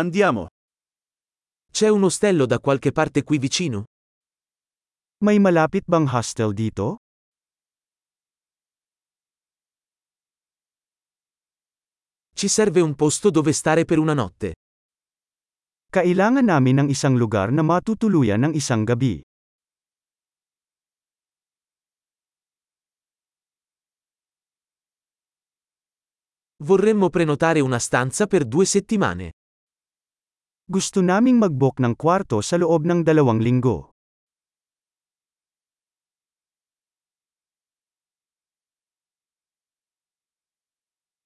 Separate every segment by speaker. Speaker 1: Andiamo. C'è un ostello da qualche parte qui vicino?
Speaker 2: May malapit bang hostel dito?
Speaker 1: Ci serve un posto dove stare per una notte.
Speaker 2: Kailangan namin ng isang lugar na matutuluyan ng isang gabi.
Speaker 1: Vorremmo prenotare una stanza per due settimane.
Speaker 2: Gusto naming mag-book ng kwarto sa loob ng dalawang linggo.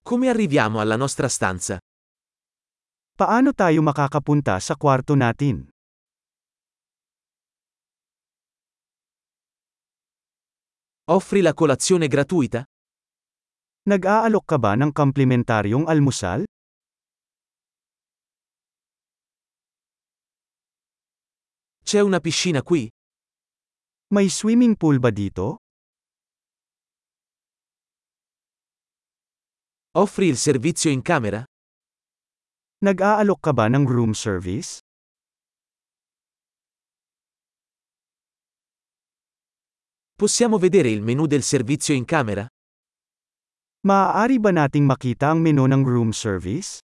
Speaker 1: Come arriviamo alla nostra stanza?
Speaker 2: Paano tayo makakapunta sa kwarto natin?
Speaker 1: Offri la colazione gratuita?
Speaker 2: Nag-aalok ka ba ng komplementaryong almusal?
Speaker 1: C'è una piscina qui?
Speaker 2: May swimming pool ba dito?
Speaker 1: Offri il servizio in camera?
Speaker 2: Nag-aalok ka ba ng room service?
Speaker 1: Possiamo vedere il menu del servizio in camera?
Speaker 2: Maaari ba nating makita ang menu ng room service?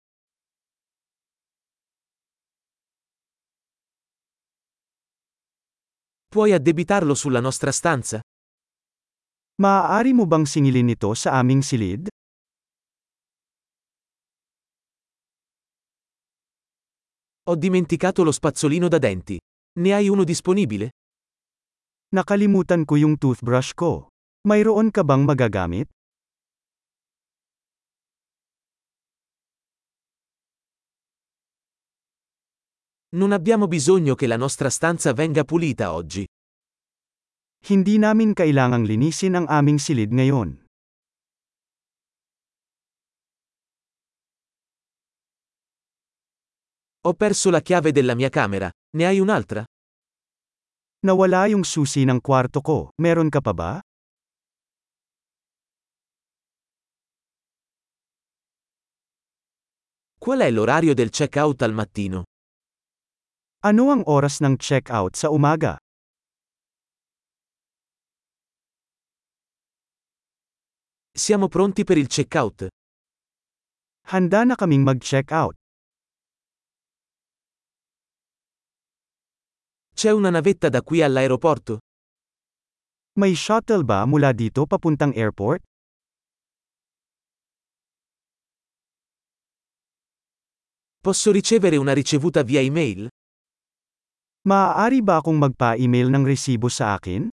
Speaker 1: Puoi addebitarlo sulla nostra stanza?
Speaker 2: Maaari mo bang singilin ito sa aming silid?
Speaker 1: Ho dimenticato lo spazzolino da denti. Ne hai uno disponibile?
Speaker 2: Nakalimutan ko yung toothbrush ko. Mayroon ka bang magagamit?
Speaker 1: Non abbiamo bisogno che la nostra stanza venga pulita oggi.
Speaker 2: Hindi namin kailangang linisin ang aming silid ngayon.
Speaker 1: Ho perso la chiave della mia camera. Ne hai un'altra?
Speaker 2: Nawala yung susi ng kwarto ko. Meron ka pa ba?
Speaker 1: Qual è l'orario del check-out al mattino?
Speaker 2: Ano ang oras ng check-out sa umaga?
Speaker 1: Siamo pronti per il check-out.
Speaker 2: Handa na kaming mag-check-out.
Speaker 1: C'è una navetta da qui all'aeroporto?
Speaker 2: May shuttle ba mula dito papuntang airport?
Speaker 1: Posso ricevere una ricevuta via email?
Speaker 2: Maaari ba akong magpa-email ng resibo sa akin?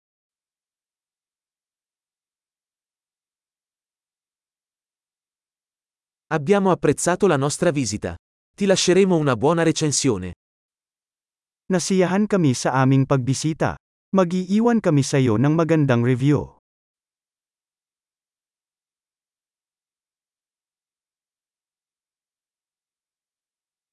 Speaker 1: Abbiamo apprezzato la nostra visita. Ti lasceremo una buona recensione.
Speaker 2: Nasiyahan kami sa aming pagbisita. Mag-iiwan kami sa iyo ng magandang review.